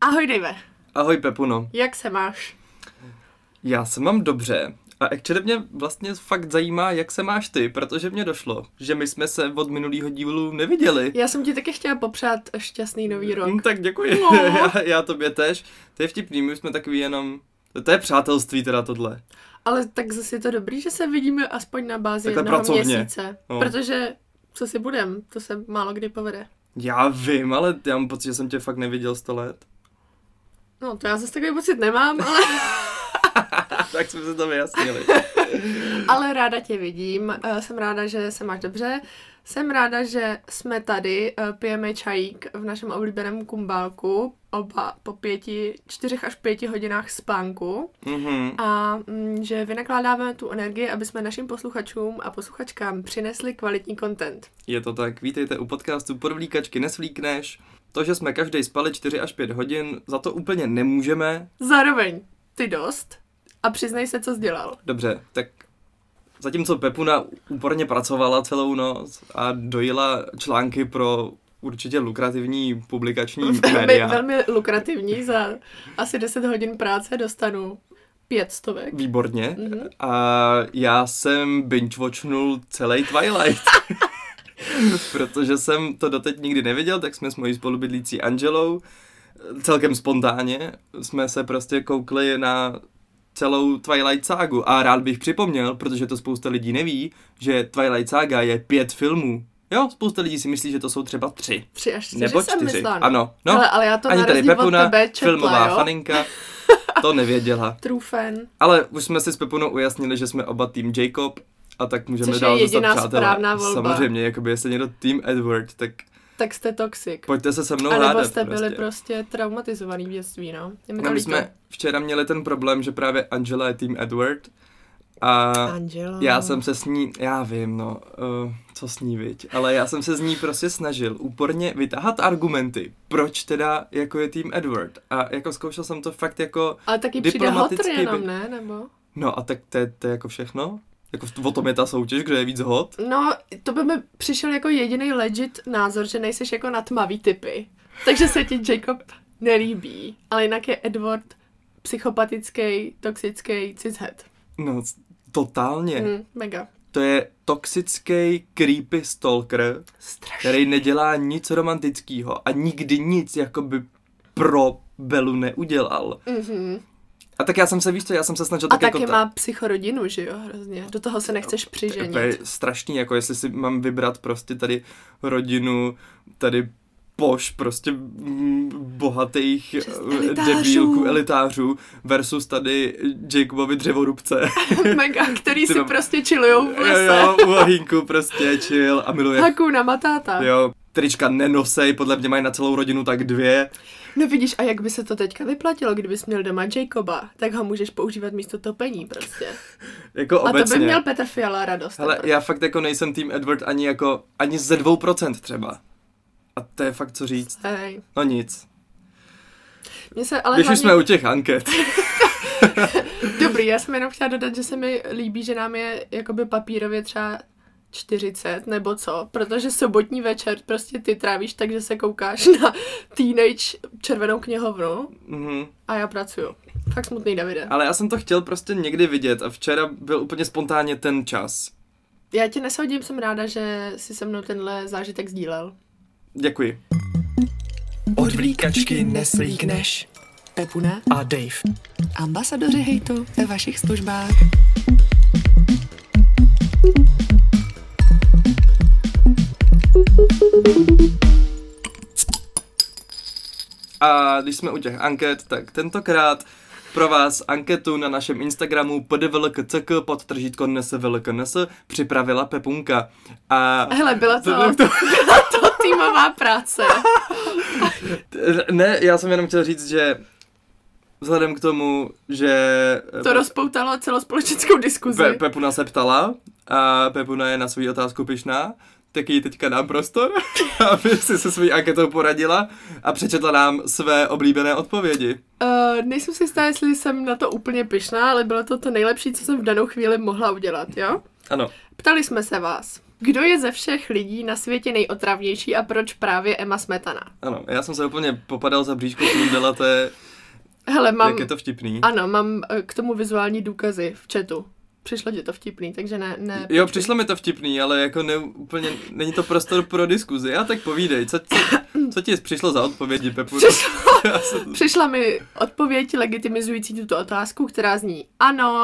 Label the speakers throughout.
Speaker 1: Ahoj Dave,
Speaker 2: Ahoj Pepuno,
Speaker 1: jak se máš?
Speaker 2: já se mám dobře. A actually mě vlastně fakt zajímá, jak se máš ty, protože mě došlo, že my jsme se od minulého dílu neviděli.
Speaker 1: Já jsem ti taky chtěla popřát šťastný nový rok.
Speaker 2: Hm, tak děkuji,
Speaker 1: No.
Speaker 2: já, já tobě tež. To je vtipný, my jsme takový jenom... To, to je přátelství teda tohle.
Speaker 1: Ale tak zase je to dobrý, že se vidíme aspoň na bázi
Speaker 2: Takhle
Speaker 1: jednoho
Speaker 2: pracovně.
Speaker 1: měsíce.
Speaker 2: No.
Speaker 1: Protože co si budem, to se málo kdy povede.
Speaker 2: Já vím, ale já mám pocit, že jsem tě fakt neviděl 100 let.
Speaker 1: No to já zase takový pocit nemám, ale,
Speaker 2: tak jsme se to vyjasnili.
Speaker 1: ale ráda tě vidím. Eh, Jsem ráda, že se máš dobře. Jsem ráda, že jsme tady, eh, pijeme čajík v našem oblíbeném kumbálku. Oba po pěti, čtyřech až pěti hodinách spánku.
Speaker 2: Mhm.
Speaker 1: a mm, že vynakládáme tu energii, aby jsme našim posluchačům a posluchačkám přinesli kvalitní content.
Speaker 2: Je to tak, vítejte u podcastu Podvlíkačky nesvlíkneš. To, že jsme každý spali 4 až 5 hodin, za to úplně nemůžeme,
Speaker 1: Zároveň ty dost a přiznej se, co jsi dělal.
Speaker 2: Dobře, tak zatímco Pepuna úporně pracovala celou noc a dojila články pro určitě lukrativní publikační
Speaker 1: Velmi,
Speaker 2: média.
Speaker 1: velmi lukrativní, za asi 10 hodin práce dostanu pět stovek.
Speaker 2: Výborně.
Speaker 1: Mhm.
Speaker 2: A já jsem binge-watchnul celý Twilight. Protože jsem to doteď nikdy neviděl, tak jsme s mojí spolubydlící Angelou celkem spontánně jsme se prostě koukli na celou Twilight ságu. A rád bych připomněl, protože to spousta lidí neví, že Twilight sága je pět filmů. Jo, spousta lidí si myslí, že to jsou třeba tři.
Speaker 1: Tři až čtyři
Speaker 2: Nebo
Speaker 1: jsem
Speaker 2: čtyři.
Speaker 1: myslela.
Speaker 2: Ano, no.
Speaker 1: Hele, ale já to
Speaker 2: Ani
Speaker 1: na
Speaker 2: tady
Speaker 1: rozdíl od
Speaker 2: Pepuna,
Speaker 1: tebe četla,
Speaker 2: filmová
Speaker 1: jo?
Speaker 2: faninka, to nevěděla.
Speaker 1: True fan,
Speaker 2: Ale už jsme si s Pepunou ujasnili, že jsme oba tým Jacob, a tak můžeme
Speaker 1: Což je
Speaker 2: dál zůstat
Speaker 1: jediná
Speaker 2: přátelé.
Speaker 1: správná volba.
Speaker 2: Samozřejmě, jakoby jestli někdo tým Edward, tak
Speaker 1: tak jste toxic.
Speaker 2: pojďte se se mnou
Speaker 1: a nebo
Speaker 2: hádat
Speaker 1: jste byli
Speaker 2: prostě.
Speaker 1: prostě traumatizovaný v dětství, no. Je mi to
Speaker 2: No, my
Speaker 1: líto.
Speaker 2: jsme včera měli ten problém, že právě Angela je tým Edward a
Speaker 1: Angelo.
Speaker 2: já jsem se s ní, já vím, no, uh, co s ní, viď, ale já jsem se s ní prostě snažil úporně vytáhat argumenty, proč teda jako je tým Edward a jako zkoušel jsem to fakt jako,
Speaker 1: Ale taky přijde hotr
Speaker 2: diplomaticky by-
Speaker 1: jenom, ne? Nebo?
Speaker 2: no a tak to je, to je jako všechno, jako v- o tom je ta soutěž, kdo je víc hot.
Speaker 1: No, to by mi přišel jako jediný legit názor, že nejseš jako na tmavý typy. Takže se ti Jacob nelíbí. Ale jinak je Edward psychopatický, toxický cishet.
Speaker 2: No, c- totálně.
Speaker 1: Mm, mega.
Speaker 2: To je toxický creepy stalker,
Speaker 1: Strašně.
Speaker 2: který nedělá nic romantického a nikdy nic jakoby pro Belu neudělal.
Speaker 1: Mm-hmm.
Speaker 2: A tak já jsem se, víš co, já jsem se snažil
Speaker 1: A
Speaker 2: tak jako
Speaker 1: taky má psychorodinu, že jo, hrozně. Do toho se nechceš
Speaker 2: To
Speaker 1: přiženit.
Speaker 2: je strašný, jako jestli si mám vybrat prostě tady rodinu, tady poš prostě mm, bohatých
Speaker 1: Přes
Speaker 2: eh,
Speaker 1: elitářů.
Speaker 2: debilků, elitářů versus tady Jacobovi dřevorubce.
Speaker 1: Mega, který
Speaker 2: Ty
Speaker 1: si
Speaker 2: tam-
Speaker 1: prostě chillujou v
Speaker 2: jo,
Speaker 1: lese.
Speaker 2: jo, u ohýnku prostě chill a miluje
Speaker 1: Hakuna Matata.
Speaker 2: Jo, trička nenosej, podle mě mají na celou rodinu tak dvě.
Speaker 1: No vidíš, a jak by se to teďka vyplatilo, kdybys měl doma Jacoba, tak ho můžeš používat místo topení prostě.
Speaker 2: Jako
Speaker 1: A
Speaker 2: obecně.
Speaker 1: to by měl Petr Fiala radost.
Speaker 2: Hele,
Speaker 1: jako.
Speaker 2: já fakt jako nejsem tým Edward ani jako, ani ze dvou procent třeba. A to je fakt co říct.
Speaker 1: Hej.
Speaker 2: No nic.
Speaker 1: Mně se ale
Speaker 2: Když
Speaker 1: hlavně...
Speaker 2: už jsme u těch anket.
Speaker 1: Dobrý, já jsem jenom chtěla dodat, že se mi líbí, že nám je jakoby papírově třeba 40 nebo co, protože sobotní večer prostě ty trávíš tak, že se koukáš na teenage červenou knihovnu
Speaker 2: Mhm.
Speaker 1: a já pracuju. Fakt smutný, Davide.
Speaker 2: Ale já jsem to chtěl prostě někdy vidět a včera byl úplně spontánně ten čas.
Speaker 1: Já tě nesoudím, jsem ráda, že si se mnou tenhle zážitek sdílel.
Speaker 2: Děkuji.
Speaker 3: Od vlíkačky neslíkneš.
Speaker 4: Pepuna,
Speaker 3: A Dave.
Speaker 4: ambasadoři hejtu ve vašich službách.
Speaker 2: A když jsme u těch anket, tak tentokrát pro vás anketu na našem Instagramu pdvlkck pod tržítko nsvlkns připravila Pepunka. A...
Speaker 1: Hele, byla to,
Speaker 2: To- to-
Speaker 1: byla to týmová práce.
Speaker 2: Ne, já jsem jenom chtěl říct, že vzhledem k tomu, že
Speaker 1: To rozpoutalo celospolečenskou diskuzi.
Speaker 2: Pe- Pepuna se ptala a Pepuna je na svou otázku pišná, tak jí teďka dám prostor, aby si se svou anketou poradila a přečetla nám své oblíbené odpovědi.
Speaker 1: Uh, nejsem si jistá, jestli jsem na to úplně pyšná, ale bylo to to nejlepší, co jsem v danou chvíli mohla udělat, jo?
Speaker 2: Ano,
Speaker 1: Ptali jsme se vás, Kdo je ze všech lidí na světě nejotravnější a proč právě Emma Smetana?
Speaker 2: Ano, já jsem se úplně popadal za bříško, sundala, to je,
Speaker 1: Hele, mám...
Speaker 2: jak je to vtipný.
Speaker 1: Ano, mám eh, k tomu vizuální důkazy v chatu. Přišlo ti to vtipný, takže ne... ne
Speaker 2: Jo, přišlo mi to vtipný, ale jako ne, úplně není to prostor pro diskuzi. Já tak povídej, co, co, co ti přišlo za odpovědi, Pepu? Já se-
Speaker 1: Přišla mi odpověď legitimizující tuto otázku, která zní ano.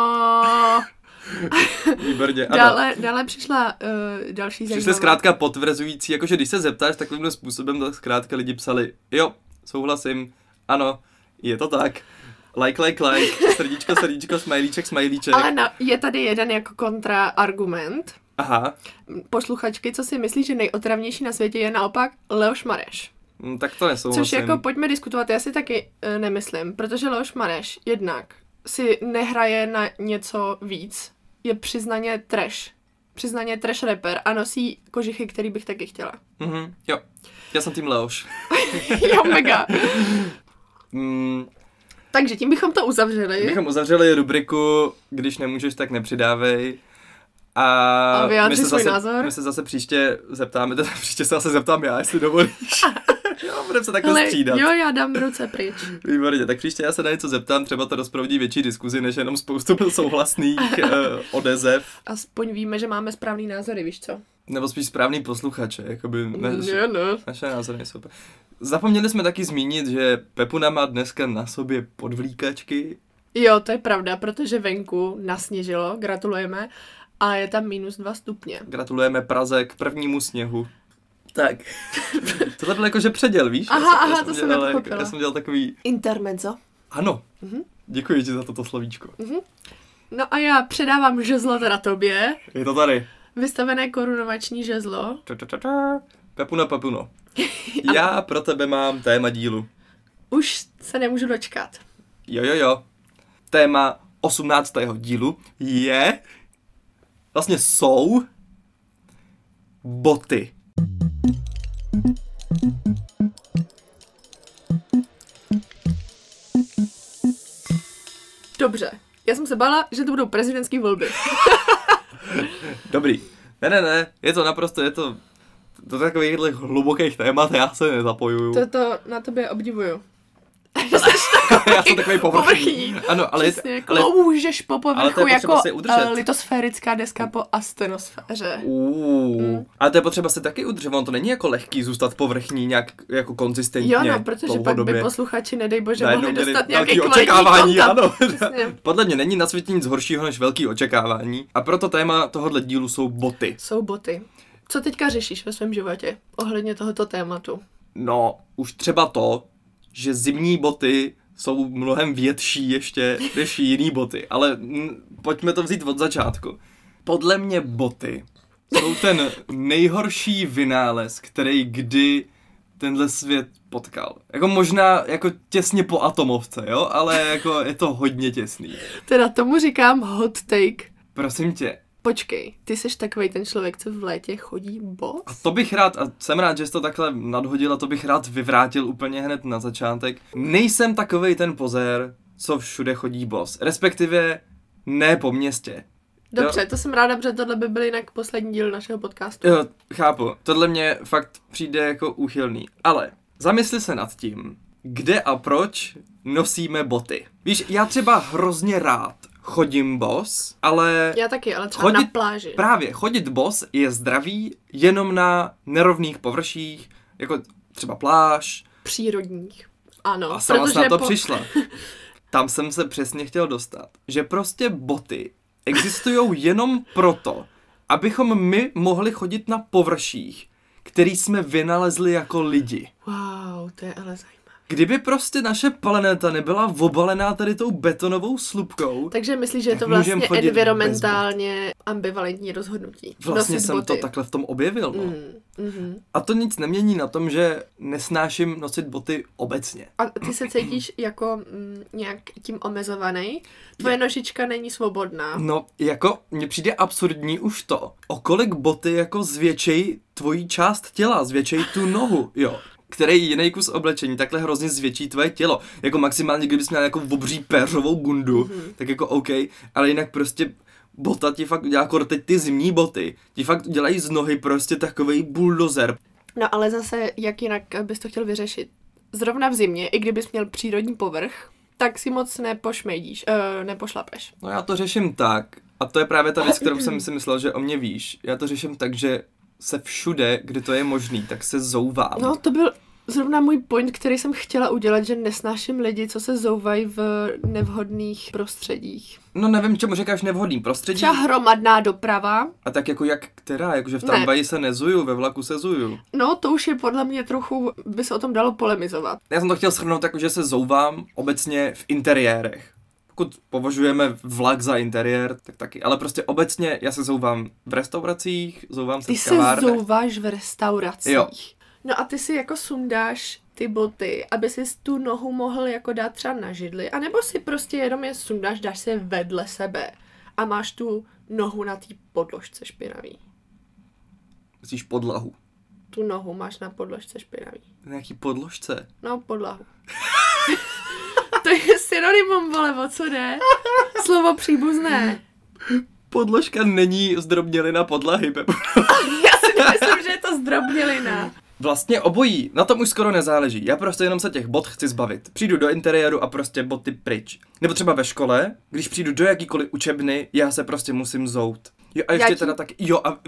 Speaker 2: Výborně, ano.
Speaker 1: Dále, dále přišla uh, další
Speaker 2: Přišly
Speaker 1: zajímavá-
Speaker 2: zkrátka potvrzující, jakože když se zeptáš takovýmhle způsobem, tak zkrátka lidi psali, jo, souhlasím, ano, je to tak. Like, like, like, srdíčko, srdíčko, smajlíček, smajlíček.
Speaker 1: Ale na, je tady jeden jako kontraargument.
Speaker 2: Aha,
Speaker 1: Posluchačky, co si myslí, že nejotravnější na světě je naopak Leoš Mareš.
Speaker 2: hm, tak to nesouhlasím.
Speaker 1: Což jako pojďme diskutovat, já si taky eh, nemyslím, protože Leoš Mareš jednak si nehraje na něco víc, je přiznaně trash, přiznaně trash rapper a nosí kožichy, který bych taky chtěla.
Speaker 2: Mhm, jo, já jsem tým Leoš.
Speaker 1: jo, mega.
Speaker 2: Mm,
Speaker 1: Takže tím bychom to uzavřeli.
Speaker 2: bychom uzavřeli rubriku, když nemůžeš, tak nepřidávej. A,
Speaker 1: A vyjádři
Speaker 2: my se
Speaker 1: svůj
Speaker 2: zase,
Speaker 1: názor.
Speaker 2: My se zase příště zeptáme, teda příště se zase zeptám já, jestli dovolíš. jo, budeme se takhle
Speaker 1: Ale
Speaker 2: střídat.
Speaker 1: jo, já dám ruce pryč.
Speaker 2: Výborně, tak příště já se na něco zeptám, třeba to rozproudí větší diskuzi, než jenom spoustu souhlasných uh, odezev,
Speaker 1: Aspoň víme, že máme správný názory, víš co?
Speaker 2: nebo spíš správný posluchače, jakoby ne,
Speaker 1: Ne, ne.
Speaker 2: naše názory nejsou. úplně- Zapomněli jsme taky zmínit, že Pepuna má dneska na sobě podvlíkačky,
Speaker 1: Jo, to je pravda, protože venku nasněžilo, gratulujeme, a je tam minus dva stupně.
Speaker 2: gratulujeme Praze k prvnímu sněhu. Tak. Tohle byl jakože předěl, víš?
Speaker 1: Aha,
Speaker 2: já
Speaker 1: aha, to jsem
Speaker 2: dělal, jako-
Speaker 1: nepochopila. Mhm.
Speaker 2: Já jsem dělal takový,
Speaker 1: Intermezzo.
Speaker 2: ano, děkuji ti za toto slovíčko.
Speaker 1: Mhm. No a já předávám žezlo teda tobě,
Speaker 2: Je to tady.
Speaker 1: vystavené korunovační žezlo.
Speaker 2: Ta, ta, ta, ta. Pepuna, Pepuno. no. Já pro tebe mám téma dílu.
Speaker 1: Už se nemůžu dočkat.
Speaker 2: Jo, jo, jo. Téma 18. dílu je... Vlastně jsou... Boty.
Speaker 1: Dobře, já jsem se bála, že to budou prezidentské volby.
Speaker 2: Dobrý. Ne, ne, ne, je to naprosto, je to... Do takovýchhle hlubokých témat já se nezapojuju.
Speaker 1: To, to na tobě obdivuju.
Speaker 2: já jsem takový povrchní.
Speaker 1: povrchní.
Speaker 2: Ano, ale, je-
Speaker 1: Přesně, jako
Speaker 2: ale
Speaker 1: kloužeš po
Speaker 2: ale to
Speaker 1: povrchu
Speaker 2: je potřeba
Speaker 1: jako
Speaker 2: si udržet.
Speaker 1: eh, litosférická deska po astenosféře.
Speaker 2: Uuu.
Speaker 1: Hmm.
Speaker 2: Ale to je potřeba se taky udržet, on to není jako lehký zůstat povrchní nějak jako konzistentně
Speaker 1: Jo, no, protože pak by
Speaker 2: dlouhodobě.
Speaker 1: posluchači, nedej bože,
Speaker 2: najednou
Speaker 1: mohli
Speaker 2: měli
Speaker 1: dostat
Speaker 2: velký
Speaker 1: nějaký
Speaker 2: očekávání, ano.
Speaker 1: Přesně.
Speaker 2: Podle mě není na světě nic horšího než velký očekávání. A proto téma tohohle dílu jsou boty.
Speaker 1: Jsou boty. Co teďka řešíš ve svém životě ohledně tohoto tématu?
Speaker 2: No, už třeba to, že zimní boty jsou mnohem větší ještě než jiný boty. Ale mm, pojďme to vzít od začátku. Podle mě boty jsou ten nejhorší vynález, který kdy tenhle svět potkal. Jako možná jako těsně po atomovce, jo? Ale jako je to hodně těsný.
Speaker 1: Teda tomu říkám hot take.
Speaker 2: Prosím tě,
Speaker 1: Počkej, ty jsi takový ten člověk, co v létě chodí bos?
Speaker 2: A to bych rád, a jsem rád, že jsi to takhle nadhodila, to bych rád vyvrátil úplně hned na začátek. Nejsem takovej ten pozér, co všude chodí bos. Respektive ne po městě.
Speaker 1: Dobře, to jsem ráda, protože tohle by byl jinak poslední díl našeho podcastu.
Speaker 2: Jo, chápu, tohle mě fakt přijde jako úchylný. Ale zamysli se nad tím, kde a proč nosíme boty. Víš, já třeba hrozně rád chodím bos, ale...
Speaker 1: Já taky, ale třeba na pláži.
Speaker 2: Právě, chodit bos je zdravý jenom na nerovných površích, jako třeba pláž,
Speaker 1: Přírodních. Ano,
Speaker 2: A sama na to
Speaker 1: po-
Speaker 2: přišla. Tam jsem se přesně chtěl dostat, že prostě boty existují jenom proto, abychom my mohli chodit na površích, který jsme vynalezli jako lidi.
Speaker 1: Wow, to je ale zajímavé.
Speaker 2: Kdyby prostě naše planeta nebyla obalená tady tou betonovou slupkou,
Speaker 1: Takže myslíš, že je to
Speaker 2: Tak můžem
Speaker 1: vlastně
Speaker 2: chodit bez bot.
Speaker 1: environmentálně ambivalentní rozhodnutí.
Speaker 2: vlastně
Speaker 1: Nosit
Speaker 2: jsem
Speaker 1: boty.
Speaker 2: to takhle v tom objevil. No.
Speaker 1: Mm, mhm.
Speaker 2: A to nic nemění na tom, že nesnáším nosit boty obecně.
Speaker 1: A ty se cítíš jako mm, nějak tím omezovaný? Tvoje nožička není svobodná.
Speaker 2: No, jako, mně přijde absurdní už to, o kolik boty jako zvětšej tvojí část těla, zvětšej tu nohu, jo. Který jiný kus oblečení takhle hrozně zvětší tvoje tělo. Jako maximálně, kdybys měl jako obří péřovou bundu, mm-hmm. tak jako OK, ale jinak prostě bota ti fakt udělá, jako teď ty zimní boty, ti fakt udělají z nohy prostě takovej buldozer.
Speaker 1: No ale zase, jak jinak bys to chtěl vyřešit? Zrovna v zimě, i kdybys měl přírodní povrch, tak si moc nepošmejdíš, uh, nepošlapeš.
Speaker 2: No já to řeším tak, a to je právě ta věc, kterou jsem si myslel, že o mě víš, já to řeším tak, že se všude, kde to je možný, tak se zouvám.
Speaker 1: No to byl zrovna můj point, který jsem chtěla udělat, že nesnáším lidi, co se zouvají v nevhodných prostředích.
Speaker 2: no nevím, čemu říkáš nevhodný prostředí.
Speaker 1: Třeba hromadná doprava,
Speaker 2: A tak jako jak která, jakože v
Speaker 1: Ne.
Speaker 2: tramvaji se nezuju, ve vlaku se zuju.
Speaker 1: no to už je podle mě trochu, by se o tom dalo polemizovat.
Speaker 2: Já jsem to chtěl shrnout tak, že se zouvám obecně v interiérech. Pokud považujeme vlak za interiér, tak taky. Ale prostě obecně já se zouvám v restauracích, zouvám se
Speaker 1: Ty
Speaker 2: v
Speaker 1: se
Speaker 2: kavárnách.
Speaker 1: zouváš v restauracích.
Speaker 2: Jo.
Speaker 1: No a ty si jako sundáš ty boty, aby si tu nohu mohl jako dát třeba na židli, anebo si prostě jenom je sundáš, dáš si je vedle sebe a máš tu nohu na té podložce špinavý.
Speaker 2: Myslíš podlahu.
Speaker 1: Tu nohu máš na podložce špinavý.
Speaker 2: Na jaký podložce?
Speaker 1: No, podlahu. to je synonymum, vole, o co jde? Slovo příbuzné.
Speaker 2: Podložka není zdrobnělina podlahy, Pepo.
Speaker 1: Já si myslím, že je to zdrobnělina.
Speaker 2: Vlastně obojí, na tom už skoro nezáleží. Já prostě jenom se těch bot chci zbavit. Přijdu do interiéru a prostě boty pryč. Nebo třeba ve škole, když přijdu do jakýkoliv učebny, já se prostě musím zout. Jo a ještě
Speaker 1: ti-
Speaker 2: teda tak, jo a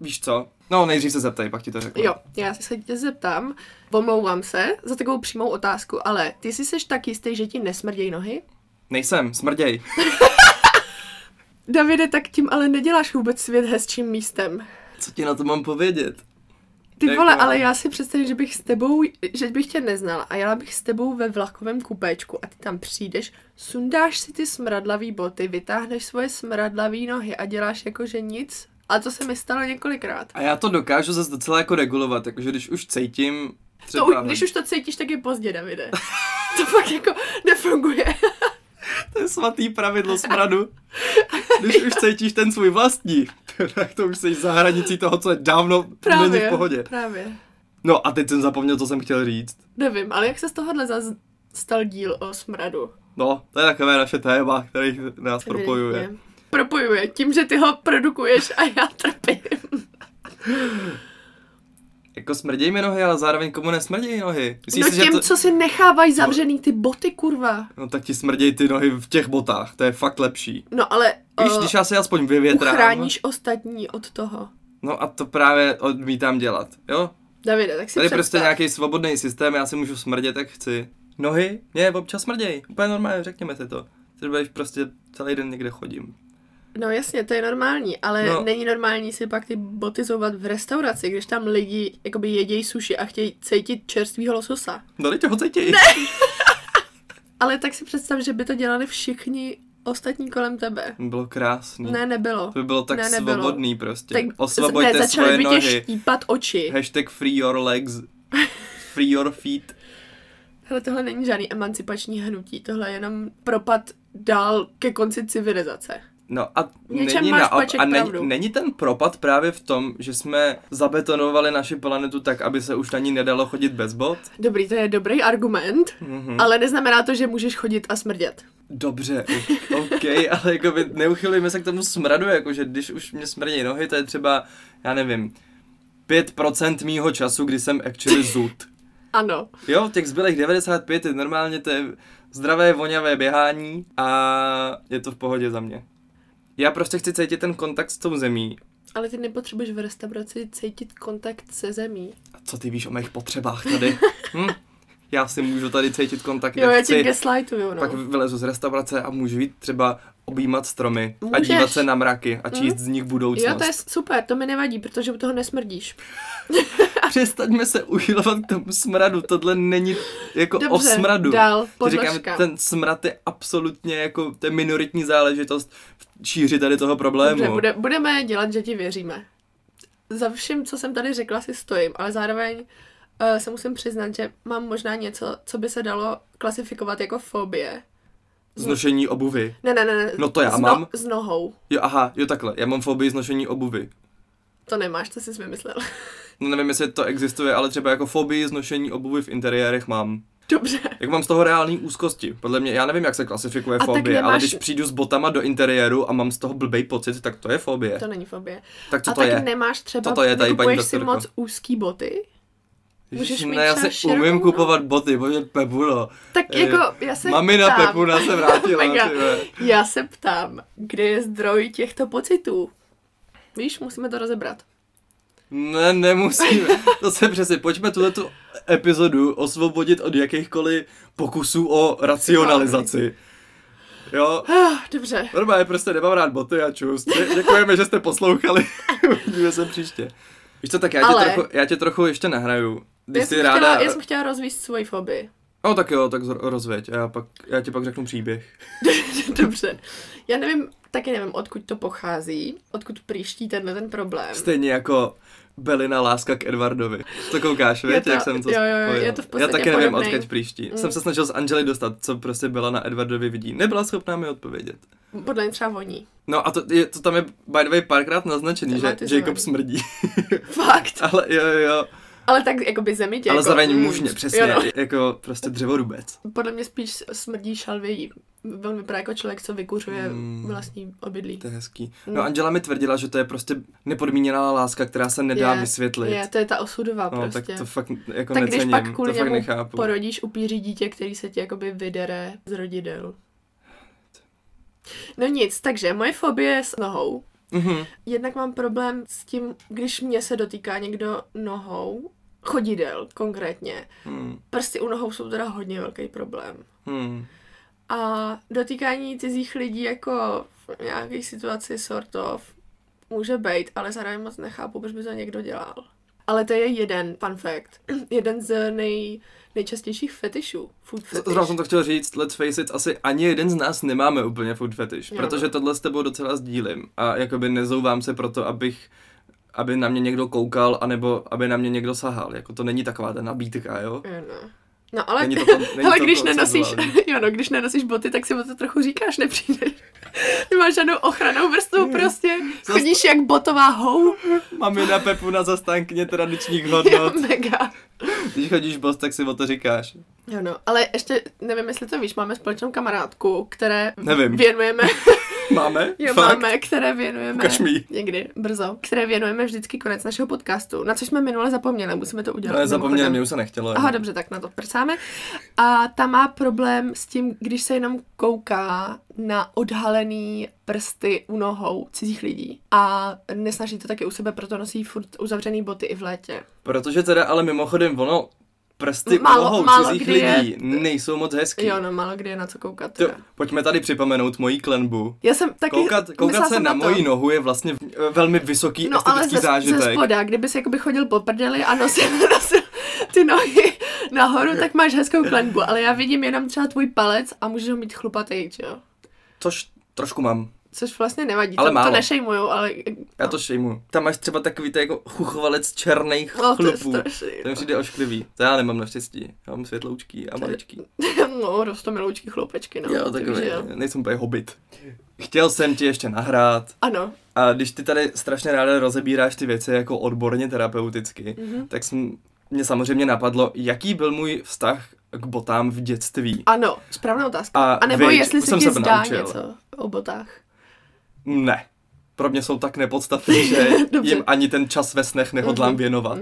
Speaker 2: víš co? No nejdřív se zeptej, pak ti to řeknu.
Speaker 1: Jo, já se tě zeptám, omlouvám se za takovou přímou otázku, ale ty si seš tak jistý, že ti nesmrdějí nohy?
Speaker 2: Nejsem, smrděj.
Speaker 1: Davide, tak tím ale neděláš vůbec svět hezčím místem.
Speaker 2: Co ti na to mám povědět?
Speaker 1: Ty
Speaker 2: Tak
Speaker 1: vole,
Speaker 2: jo.
Speaker 1: ale já si představím, že bych s tebou, že bych tě neznala a jela bych s tebou ve vlakovém kupéčku a ty tam přijdeš, sundáš si ty smradlavý boty, vytáhneš svoje smradlavý nohy a děláš jako, že nic. A to se mi stalo několikrát.
Speaker 2: A já to dokážu zase docela jako regulovat, jakože když už cítím třeba...
Speaker 1: To, už- když už to cítíš, tak je pozdě, Davide. to fakt jako nefunguje.
Speaker 2: To je svatý pravidlo smradu. Když už cítíš ten svůj vlastní, tak to už jsi za hranicí toho, co je dávno
Speaker 1: Právě,
Speaker 2: není v pohodě.
Speaker 1: právě.
Speaker 2: No a teď jsem zapomněl, co jsem chtěl říct.
Speaker 1: Nevím, ale jak se z tohohle zas stal díl o smradu?
Speaker 2: No, to je takové naše téma, který nás propojuje.
Speaker 1: Evidentně. Propojuje, tím, že ty ho produkuješ a já trpím.
Speaker 2: Jako smrděj mi nohy, ale zároveň komu nesmrděj nohy. Myslíš
Speaker 1: no
Speaker 2: si, že
Speaker 1: těm,
Speaker 2: to...
Speaker 1: co si nechávají zavřený ty boty, kurva.
Speaker 2: No tak ti smrděj ty nohy v těch botách, to je fakt lepší.
Speaker 1: No ale
Speaker 2: Víš,
Speaker 1: eh,
Speaker 2: když já se aspoň vyvětrám,
Speaker 1: uchráníš ostatní od toho.
Speaker 2: no a to právě odmítám dělat, jo?
Speaker 1: Davide, tak si
Speaker 2: Tady
Speaker 1: představ.
Speaker 2: prostě nějaký svobodný systém, já si můžu smrdět, jak chci. Nohy? Ne, občas smrděj. Úplně normálně, řekněme si to. Třeba když prostě celý den někde chodím.
Speaker 1: No jasně, to je normální, ale
Speaker 2: No.
Speaker 1: no. není normální si pak ty boty zouvat v restauraci, když tam lidi jakoby jedějí suši a chtějí cítit čerstvýho lososa.
Speaker 2: No, teď ho cítí.
Speaker 1: Ale tak si představ, že by to dělali všichni ostatní kolem tebe.
Speaker 2: Bylo krásný.
Speaker 1: Ne, nebylo.
Speaker 2: To by bylo tak
Speaker 1: Ne, nebylo.
Speaker 2: svobodný prostě.
Speaker 1: Tak
Speaker 2: Osvobojte
Speaker 1: ne, začaly
Speaker 2: svoje
Speaker 1: by tě
Speaker 2: nohy.
Speaker 1: štípat oči.
Speaker 2: Hashtag free your legs. Free your feet.
Speaker 1: Hele, tohle není žádný emancipační hnutí, tohle je jenom propad dál ke konci civilizace.
Speaker 2: No a
Speaker 1: něčem
Speaker 2: není,
Speaker 1: máš,
Speaker 2: naop-
Speaker 1: Paček,
Speaker 2: a není,
Speaker 1: pravdu.
Speaker 2: není ten propad právě v tom, že jsme zabetonovali naši planetu tak, aby se už na ní nedalo chodit bez bot?
Speaker 1: Dobrý, to je dobrý argument, mm-hmm.
Speaker 2: Mhm.
Speaker 1: ale neznamená to, že můžeš chodit a smrdět.
Speaker 2: Dobře, o- OK, ale jako by neuchylujme se k tomu smradu, jakože když už mě smrdí nohy, to je třeba, já nevím, 5% mýho času, kdy jsem actually zut.
Speaker 1: Ano.
Speaker 2: Jo, těch zbylých 95 je normálně to je zdravé, voňavé běhání a je to v pohodě za mě. Já prostě chci cítit ten kontakt s tou zemí.
Speaker 1: Ale ty nepotřebuješ v restauraci cítit kontakt se zemí.
Speaker 2: A co ty víš o mých potřebách tady? Hm? Já si můžu tady cítit kontakt,
Speaker 1: Jo,
Speaker 2: jak
Speaker 1: já
Speaker 2: chci.
Speaker 1: tě gaslightuju, no.
Speaker 2: Pak vylezu z restaurace a můžu jít třeba objímat stromy a
Speaker 1: Můžeš. Mhm.
Speaker 2: dívat se na mraky a číst z nich budoucnost.
Speaker 1: Jo, to je super, to mi nevadí, protože u toho nesmrdíš.
Speaker 2: Přestaňme se uchylovat k tomu smradu, tohle není jako o
Speaker 1: Dobře,
Speaker 2: smradu.
Speaker 1: dál,
Speaker 2: To říkám,
Speaker 1: podložka.
Speaker 2: ten smrad je absolutně jako, to je minoritní záležitost v šíři tady toho problému.
Speaker 1: Dobře, bude, budeme dělat, že ti věříme. Za vším, co jsem tady řekla, si stojím, ale zároveň uh, se musím přiznat, že mám možná něco, co by se dalo klasifikovat jako fobie.
Speaker 2: Znošení obuvy.
Speaker 1: Ne, ne, ne. ne,
Speaker 2: No to já
Speaker 1: s
Speaker 2: mám.
Speaker 1: S nohou.
Speaker 2: Jo, aha, jo takhle, já mám fobii znošení obuvy.
Speaker 1: To nemáš, to jsi vymyslel.
Speaker 2: No nevím, jestli to existuje, ale třeba jako fobii znošení obuvy v interiérech mám.
Speaker 1: Dobře.
Speaker 2: Jak mám z toho reální úzkosti. Podle mě, já nevím, jak se klasifikuje
Speaker 1: A tak
Speaker 2: fobie, ale
Speaker 1: nemáš-
Speaker 2: když přijdu s botama do interiéru a mám z toho blbej pocit, tak to je fobie.
Speaker 1: To není fobie.
Speaker 2: Tak co
Speaker 1: a
Speaker 2: to
Speaker 1: tak
Speaker 2: je?
Speaker 1: nemáš třeba,
Speaker 2: Co to je tady, paní
Speaker 1: kupuješ si
Speaker 2: doktorko?
Speaker 1: moc úzký boty? můžeš
Speaker 2: Ježiš,
Speaker 1: mít
Speaker 2: ne, no, já
Speaker 1: třeba no.
Speaker 2: si
Speaker 1: širokou
Speaker 2: umím
Speaker 1: nohu.
Speaker 2: kupovat boty, bože Pepuno.
Speaker 1: Tak jako, já se
Speaker 2: Mamina
Speaker 1: ptám.
Speaker 2: Pepuna se vrátila,
Speaker 1: Mega.
Speaker 2: ty vole.
Speaker 1: Já se ptám, kde je zdroj těchto pocitů? Víš, musíme to rozebrat.
Speaker 2: Ne, nemusíme. To se přesně, pojďme tuto epizodu osvobodit od jakýchkoliv pokusů o racionalizaci. Jo,
Speaker 1: Ah, Dobře,
Speaker 2: normálně prostě nemám rád boty a čus. Dě- Děkujeme, že jste poslouchali. Uvidíme se příště. Víš co, tak já tě,
Speaker 1: Ale-
Speaker 2: trochu, já tě trochu ještě nahraju. Když
Speaker 1: já
Speaker 2: jsi
Speaker 1: jsem,
Speaker 2: ráda...
Speaker 1: chtěla, já jsem chtěla rozvíst svoji fobii.
Speaker 2: No tak jo, tak zro- rozveď. A já, pak, já ti pak řeknu příběh.
Speaker 1: Dobře. Já nevím, taky nevím, odkud to pochází, odkud příští tenhle ten problém.
Speaker 2: Stejně jako Belina láska k Edwardovi. To koukáš,
Speaker 1: Je
Speaker 2: víš,
Speaker 1: to-
Speaker 2: jak jsem to
Speaker 1: jo, jo, jo,
Speaker 2: spojil.
Speaker 1: je to v
Speaker 2: Já
Speaker 1: podstatě
Speaker 2: taky nevím,
Speaker 1: podobnej.
Speaker 2: odkud příští.
Speaker 1: Mm.
Speaker 2: Jsem se snažil z Angely dostat, co prostě byla na Edwardovi vidí. Nebyla schopná mi odpovědět.
Speaker 1: Podle mě třeba voní.
Speaker 2: No a to, je, to tam je by the way párkrát naznačený, že
Speaker 1: Traumatizovaný.
Speaker 2: Jacob smrdí.
Speaker 1: Fakt.
Speaker 2: Ale jo, jo, jo.
Speaker 1: Ale tak jako by země
Speaker 2: Ale
Speaker 1: jako,
Speaker 2: zároveň
Speaker 1: mm,
Speaker 2: mužně, přesně.
Speaker 1: jo, no.
Speaker 2: Jako prostě dřevorubec.
Speaker 1: Podle mě spíš smrdí šalvějí. Velmi vypadá jako člověk, co vykuřuje
Speaker 2: Mm.
Speaker 1: vlastní obydlí.
Speaker 2: To je hezký.
Speaker 1: Mm.
Speaker 2: No Angela mi tvrdila, že to je prostě nepodmíněná láska, která se nedá
Speaker 1: Je,
Speaker 2: vysvětlit.
Speaker 1: Je, to je ta osudová
Speaker 2: no,
Speaker 1: prostě.
Speaker 2: tak to fakt jako
Speaker 1: tak když
Speaker 2: necením.
Speaker 1: pak kvůli
Speaker 2: to fakt
Speaker 1: němu
Speaker 2: nechápu.
Speaker 1: porodíš upíří dítě, který se ti jakoby vydere z rodidel. No nic, takže moje fobie je s nohou.
Speaker 2: Mhm.
Speaker 1: Jednak mám problém s tím, když mě se dotýká někdo nohou, chodidel konkrétně.
Speaker 2: Hmm.
Speaker 1: Prsty u nohou jsou teda hodně velký problém.
Speaker 2: Hmm.
Speaker 1: A dotýkání cizích lidí jako v nějaké situaci sort of může být, ale zároveň moc nechápu, proč by to někdo dělal. Ale to je jeden fun fact. Jeden z nej, nejčastějších fetišů. Food
Speaker 2: Z-
Speaker 1: fetish.
Speaker 2: Zrovna jsem to chtěl říct, let's face it, asi ani jeden z nás nemáme úplně food fetish,
Speaker 1: Jo, no.
Speaker 2: protože tohle s tebou docela sdílím a jakoby nezouvám se proto, abych aby na mě někdo koukal, anebo aby na mě někdo sahal. Jako to není taková ta nabídka, jo?
Speaker 1: Jo, no. no ale,
Speaker 2: Není to to- není
Speaker 1: ale
Speaker 2: to
Speaker 1: když
Speaker 2: to
Speaker 1: nenosíš,
Speaker 2: sexuální.
Speaker 1: jo, no, když nenosíš boty, tak si o to trochu říkáš, nepřijdeš. Nemáš žádnou ochranou vrstvu prostě. Chodíš jak botová hou.
Speaker 2: Mamina Pepuna zastankně tradičních hodnot.
Speaker 1: Mega.
Speaker 2: Když chodíš bos, tak si o to říkáš.
Speaker 1: Jo no, ale ještě nevím, jestli to víš, máme společnou kamarádku, které
Speaker 2: Nevím.
Speaker 1: věnujeme,
Speaker 2: Máme?
Speaker 1: jo,
Speaker 2: Fakt?
Speaker 1: máme, které věnujeme
Speaker 2: Ukaž mi.
Speaker 1: někdy brzo, které věnujeme vždycky konec našeho podcastu, na což jsme minule zapomněli, musíme to udělat.
Speaker 2: Ale No, zapomněl,
Speaker 1: mimochodem.
Speaker 2: mě už se nechtělo.
Speaker 1: Aha, dobře, tak na to prcáme. A ta má problém s tím, když se jenom kouká na odhalený prsty u nohou cizích lidí. A nesnaží to taky u sebe, proto nosí furt uzavřený boty i v létě.
Speaker 2: Protože teda, ale mimochodem, ono, prsty
Speaker 1: Málo-
Speaker 2: málo,
Speaker 1: málo
Speaker 2: cizích
Speaker 1: kdy je-
Speaker 2: lidí nejsou moc hezký.
Speaker 1: Jo, no, málo kdy je na co koukat.
Speaker 2: to,
Speaker 1: Teda.
Speaker 2: pojďme tady připomenout mojí klenbu.
Speaker 1: Já jsem taky
Speaker 2: Koukat,
Speaker 1: myslela
Speaker 2: koukat se
Speaker 1: jsem
Speaker 2: na
Speaker 1: to.
Speaker 2: moji nohu je vlastně eh, velmi vysoký
Speaker 1: No ale
Speaker 2: estetický
Speaker 1: ze,
Speaker 2: zážitek.
Speaker 1: ze spoda, kdyby si jakoby chodil po prdeli a nosil, nosil ty nohy nahoru, tak máš hezkou klenbu, ale já vidím jenom třeba tvůj palec a můžeš ho mít chlupatý, že jo?
Speaker 2: Což trošku mám.
Speaker 1: Což vlastně nevadí,
Speaker 2: Ale
Speaker 1: to,
Speaker 2: málo.
Speaker 1: to nešejmuju, ale...
Speaker 2: Já to šejmu. Tam máš třeba takový to jako chuchvalec černých
Speaker 1: No, to je
Speaker 2: chlupů.
Speaker 1: strašný.
Speaker 2: To mi přijde ošklivý. To já nemám naštěstí. Já mám světloučký a maličký.
Speaker 1: no. No, rostomiloučky chlupečky, no.
Speaker 2: Jo, takový.
Speaker 1: takže jo.
Speaker 2: Nejsem úplně hobit. Chtěl jsem ti ještě nahrát.
Speaker 1: Ano,
Speaker 2: A když ty tady strašně ráda rozebíráš ty věci jako odborně terapeuticky,
Speaker 1: Mhm.
Speaker 2: mm-hmm. tak jsem, mě samozřejmě napadlo, jaký byl můj vztah k botám v dětství.
Speaker 1: ano, správná otázka.
Speaker 2: A
Speaker 1: A, a nebo
Speaker 2: viď,
Speaker 1: jestli
Speaker 2: už jsem
Speaker 1: se ti
Speaker 2: se to
Speaker 1: zdá
Speaker 2: naučil.
Speaker 1: něco o botách.
Speaker 2: Ne. Pro mě jsou tak nepodstatné, že
Speaker 1: Dobře. Mhm.
Speaker 2: jim ani ten čas ve snech nehodlám věnovat.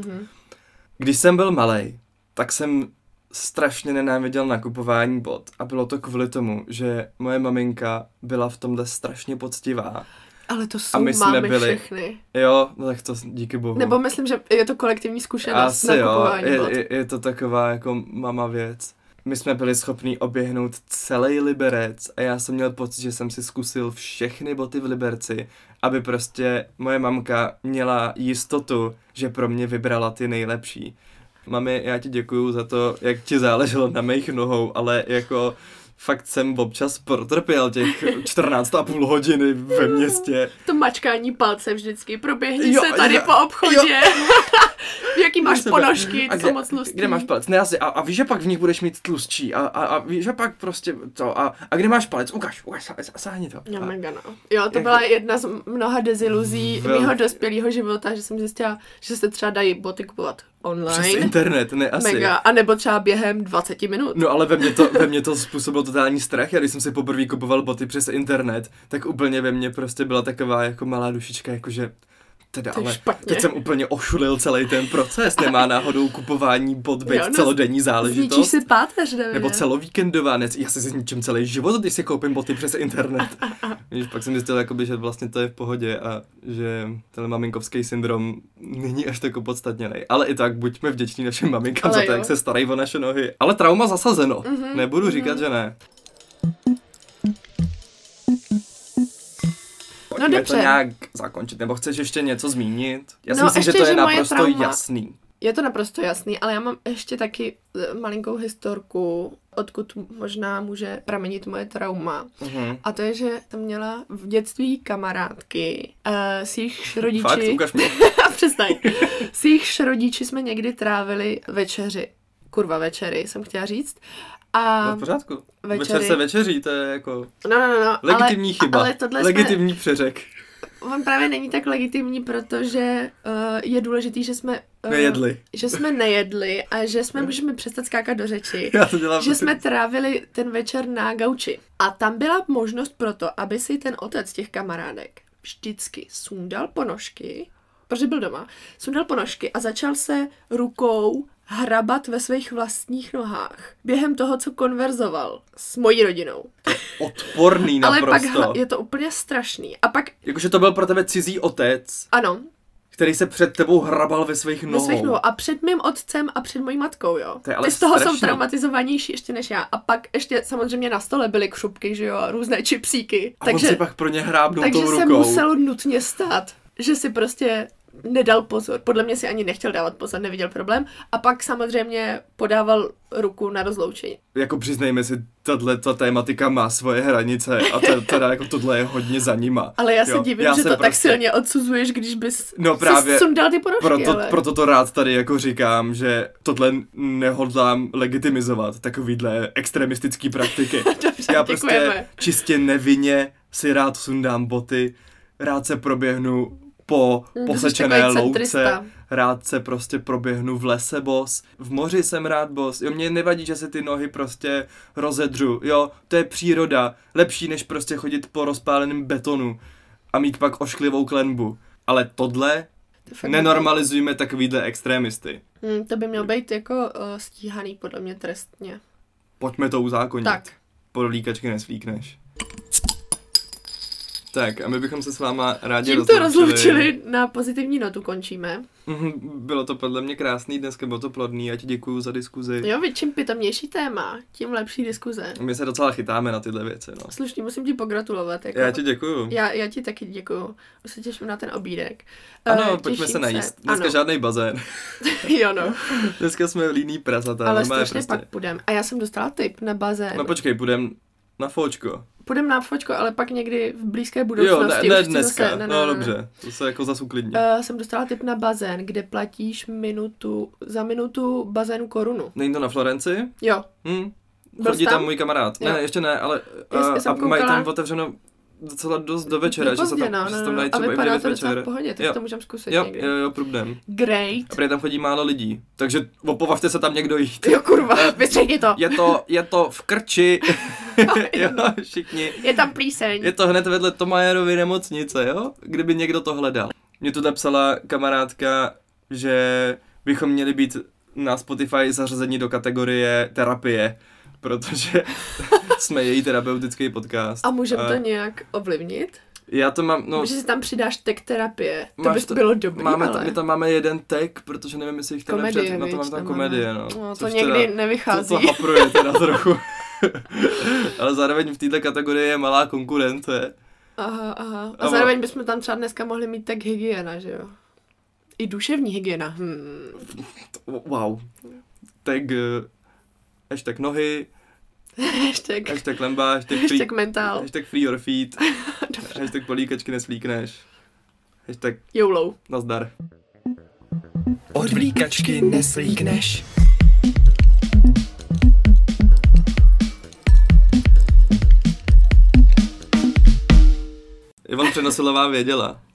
Speaker 2: Když jsem byl malý, tak jsem strašně nenáviděl nakupování bot. A bylo to kvůli tomu, že moje maminka byla v tomhle strašně poctivá.
Speaker 1: Ale to jsou
Speaker 2: my jsme
Speaker 1: máme
Speaker 2: byli-
Speaker 1: všechny.
Speaker 2: Jo, no tak to díky bohu.
Speaker 1: Nebo myslím, že je to kolektivní zkušenost
Speaker 2: Asi jo,
Speaker 1: nakupování bot.
Speaker 2: je, je, je to taková jako mama věc. My jsme byli schopni oběhnout celý Liberec a já jsem měl pocit, že jsem si zkusil všechny boty v Liberci, aby prostě moje mamka měla jistotu, že pro mě vybrala ty nejlepší. Mami, já ti děkuju za to, jak ti záleželo na mých nohou, ale jako fakt jsem občas protrpěl těch 14,5 hodiny ve městě.
Speaker 1: To mačkání palce vždycky, proběhni
Speaker 2: Jo,
Speaker 1: se tady
Speaker 2: jo,
Speaker 1: po obchodě. Jaký máš
Speaker 2: sebe.
Speaker 1: ponožky,
Speaker 2: A
Speaker 1: co moc tlustý.
Speaker 2: Kde máš palec? Ne, asi. A, a víš, že pak v nich budeš mít tlustší. A, a, a víš, že pak prostě to. A, a kde máš palec? Ukaž, ukaž, sá- sá- sáhni to.
Speaker 1: No,
Speaker 2: A-
Speaker 1: mega no. Jo, to byla jedna z mnoha deziluzí
Speaker 2: Velký.
Speaker 1: mého dospělého života, že jsem zjistila, že se třeba dají boty kupovat
Speaker 2: Přes
Speaker 1: online.
Speaker 2: internet, ne asi.
Speaker 1: Mega. A nebo třeba během 20 minut.
Speaker 2: No ale ve mně, to, ve mně to způsobilo totální strach. Já když jsem si poprvé kupoval boty přes internet, tak úplně ve mně prostě byla taková jako malá dušička, jakože teda,
Speaker 1: To je
Speaker 2: ale
Speaker 1: špatně.
Speaker 2: teď jsem úplně ošulil celý ten proces. Nemá náhodou kupování bot být
Speaker 1: Jo, no,
Speaker 2: celodenní
Speaker 1: Zničíš
Speaker 2: záležitost?
Speaker 1: si páteř, Davide.
Speaker 2: Nebo celovíkendová, ne, já si zničím celý život, když si koupím boty přes internet. Víš, pak jsem zjistil, jakoby, že vlastně to je v pohodě a že ten maminkovský syndrom není až tak opodstatněný. Ale i tak buďme vděční našim maminkám
Speaker 1: Ale
Speaker 2: za
Speaker 1: jo.
Speaker 2: to,
Speaker 1: Mhm,
Speaker 2: jak se starají o naše nohy. Ale trauma zasazeno, nebudu říkat, že ne.
Speaker 1: No
Speaker 2: Pojďme to
Speaker 1: dobře.
Speaker 2: nějak zakončit, nebo chceš ještě něco zmínit? Já si
Speaker 1: No,
Speaker 2: myslím, že
Speaker 1: ještě,
Speaker 2: to je
Speaker 1: že moje
Speaker 2: naprosto
Speaker 1: trauma-
Speaker 2: jasný.
Speaker 1: Je to naprosto jasný, ale já mám ještě taky eh, malinkou historku, odkud možná může pramenit moje trauma.
Speaker 2: Mhm.
Speaker 1: A to je, že jsem měla v dětství kamarádky, uh, s jejichž rodiči...
Speaker 2: Fakt, ukaž mi.
Speaker 1: Přestaň. S jejichž rodiči jsme někdy trávili večeři. Kurva večery, jsem chtěla říct. A...
Speaker 2: No, v pořádku. Večer
Speaker 1: večery.
Speaker 2: se večeří, to je jako
Speaker 1: No, no, no, no.
Speaker 2: legitimní
Speaker 1: ale,
Speaker 2: chyba.
Speaker 1: Ale tohle
Speaker 2: legitimní přeřek.
Speaker 1: jsme... On právě není tak legitimní, protože uh, je důležitý, že jsme... eh,
Speaker 2: Nejedli.
Speaker 1: Že jsme nejedli a že jsme... Můžeme přestat skákat do řeči.
Speaker 2: Já to dělám.
Speaker 1: že jsme trávili ten večer na gauči. A tam byla možnost pro to, aby si ten otec těch kamarádek vždycky sundal ponožky, protože byl doma, sundal ponožky a začal se rukou hrabat ve svých vlastních nohách. Během toho, co konverzoval s mojí rodinou.
Speaker 2: odporný
Speaker 1: Ale pak
Speaker 2: naprosto.
Speaker 1: hla- je to úplně strašný. A pak,
Speaker 2: Jakože to byl pro tebe cizí otec,
Speaker 1: ano,
Speaker 2: který se před tebou hrabal ve svých
Speaker 1: no.
Speaker 2: nohou.
Speaker 1: vysvětlu. A před mým otcem a před mojí matkou, jo.
Speaker 2: To je ale
Speaker 1: Ty z toho
Speaker 2: strašný.
Speaker 1: jsou traumatizovanější ještě než já. A pak ještě samozřejmě na stole byly křupky, že jo, a různé čipsíky.
Speaker 2: A takže, on si pak pro ně hrábnul
Speaker 1: takže
Speaker 2: tou rukou.
Speaker 1: se muselo nutně stát, že si prostě nedal pozor. Podle mě si ani nechtěl dávat pozor, neviděl problém. A pak samozřejmě podával ruku na rozloučení.
Speaker 2: Jako přiznejme si, tahle ta tématika má svoje hranice a te, teda jako tohle je hodně za nima.
Speaker 1: Ale já se
Speaker 2: Jo, prostě-
Speaker 1: divím, že to tak silně odsuzuješ, když bys
Speaker 2: No
Speaker 1: si
Speaker 2: právě,
Speaker 1: sundal ty ponožky,
Speaker 2: Proto,
Speaker 1: ale...
Speaker 2: proto to rád tady jako říkám, že tohle nehodlám legitimizovat, takovýhle extremistický praktiky.
Speaker 1: Dobře,
Speaker 2: Já prostě
Speaker 1: děkujeme.
Speaker 2: čistě nevinně si rád sundám boty, rád se proběhnu po
Speaker 1: Mm, to jsi
Speaker 2: posečené
Speaker 1: takový
Speaker 2: louce,
Speaker 1: centrista.
Speaker 2: rád se prostě proběhnu v lese bos, v moři jsem rád bos, jo, mě nevadí, že si ty nohy prostě rozedřu, jo, to je příroda, lepší než prostě chodit po rozpáleném betonu a mít pak ošklivou klenbu. Ale tohle
Speaker 1: To fakt
Speaker 2: nenormalizujme takovýhle extrémisty.
Speaker 1: Hmm, to by mělo být jako uh, stíhaný podle mě trestně.
Speaker 2: Pojďme to uzákonit.
Speaker 1: Tak.
Speaker 2: Podolíkačky nesvlíkneš. Tak a my bychom se s váma rádi
Speaker 1: Tím to rozloučili, na pozitivní notu končíme.
Speaker 2: Mhm, Bylo to podle mě krásný, dneska bylo to plodný, já ti děkuju za diskuzi.
Speaker 1: Jo, vy čím pitomnější téma, tím lepší diskuze.
Speaker 2: My se docela chytáme na tyhle věci, no.
Speaker 1: Slušně, musím ti pogratulovat. Jako.
Speaker 2: Já ti děkuju.
Speaker 1: Já, já ti taky děkuju. Už se těším na ten obídek.
Speaker 2: Ano,
Speaker 1: Eh,
Speaker 2: pojďme
Speaker 1: těším
Speaker 2: se najíst. Dneska
Speaker 1: Ano.
Speaker 2: žádný bazén.
Speaker 1: jo, no.
Speaker 2: Dneska jsme líní prasata. no,
Speaker 1: Ale
Speaker 2: normálně
Speaker 1: strašně pak půjdem. A já jsem dostala tip na bazén.
Speaker 2: prostě- No počkej, půjdem na foučko.
Speaker 1: Půjdem na fočko, ale pak někdy v blízké
Speaker 2: Jo,
Speaker 1: budoucnosti.
Speaker 2: ne,
Speaker 1: už
Speaker 2: ne
Speaker 1: chci
Speaker 2: dneska.
Speaker 1: Zase, ne, ne,
Speaker 2: No
Speaker 1: ne, ne.
Speaker 2: dobře, to se jako zas uklidní.
Speaker 1: Uh, jsem dostala tip na bazén, kde platíš minutu, za minutu bazénu korunu.
Speaker 2: Není to na Florenci?
Speaker 1: Jo,
Speaker 2: Hm.
Speaker 1: Byl
Speaker 2: Chodí
Speaker 1: jsi tam?
Speaker 2: tam můj kamarád. Ne,
Speaker 1: Jo.
Speaker 2: ne, ještě ne, ale
Speaker 1: Já
Speaker 2: a,
Speaker 1: jsem- jsem
Speaker 2: a mají
Speaker 1: koukala.
Speaker 2: tam otevřeno docela dost do večera, že se
Speaker 1: Pozdě,
Speaker 2: tam,
Speaker 1: no,
Speaker 2: že
Speaker 1: no,
Speaker 2: se
Speaker 1: no,
Speaker 2: tam
Speaker 1: no.
Speaker 2: dají
Speaker 1: A
Speaker 2: třeba i v
Speaker 1: vypadá
Speaker 2: 9
Speaker 1: to docela v
Speaker 2: večer.
Speaker 1: pohodě, tak
Speaker 2: Jo.
Speaker 1: to můžeme zkusit
Speaker 2: Jo,
Speaker 1: někdy.
Speaker 2: jo, jo, průbdem. A
Speaker 1: Great.
Speaker 2: prý tam chodí málo lidí, takže opovažte se tam někdo jít.
Speaker 1: Jo, kurva, vystřihni to.
Speaker 2: Je to, je to v Krči, jo, všichni.
Speaker 1: Je tam plíseň.
Speaker 2: Je to hned vedle Tomajerovy nemocnice, jo? Kdyby někdo to hledal. Mě tu napsala kamarádka, že bychom měli být na Spotify zařazeni do kategorie terapie, protože jsme její terapeutický podcast.
Speaker 1: A můžeme to
Speaker 2: A
Speaker 1: nějak ovlivnit?
Speaker 2: Já to mám, Eh, no,
Speaker 1: Že si tam přidáš tek terapie. To
Speaker 2: Máš
Speaker 1: by
Speaker 2: to-
Speaker 1: bylo dobrý,
Speaker 2: máme,
Speaker 1: ale...
Speaker 2: tam, my tam máme jeden tag, protože nevím, jestli jich tam
Speaker 1: komedie,
Speaker 2: nepřed, na to
Speaker 1: viď,
Speaker 2: mám tam
Speaker 1: máme.
Speaker 2: komedie, no.
Speaker 1: no to
Speaker 2: Což
Speaker 1: někdy
Speaker 2: teda- to,
Speaker 1: nevychází.
Speaker 2: to hapruje teda trochu. Ale zároveň v této kategorii je malá konkurence.
Speaker 1: Aha, aha. A
Speaker 2: Ano.
Speaker 1: zároveň bychom tam třeba dneska mohli mít tak hygiena, že jo? I duševní hygiena. Hmm.
Speaker 2: Wow. Tag, eh, hashtag nohy,
Speaker 1: Hashtag,
Speaker 2: hashtag lemba, hashtag free,
Speaker 1: hashtag mentál.
Speaker 2: hashtag free your feet,
Speaker 1: Dobře.
Speaker 2: hashtag políkačky neslíkneš, hashtag
Speaker 1: YOLO.
Speaker 2: nazdar.
Speaker 3: Od vlíkačky neslíkneš.
Speaker 2: Ivan Přenosilová věděla.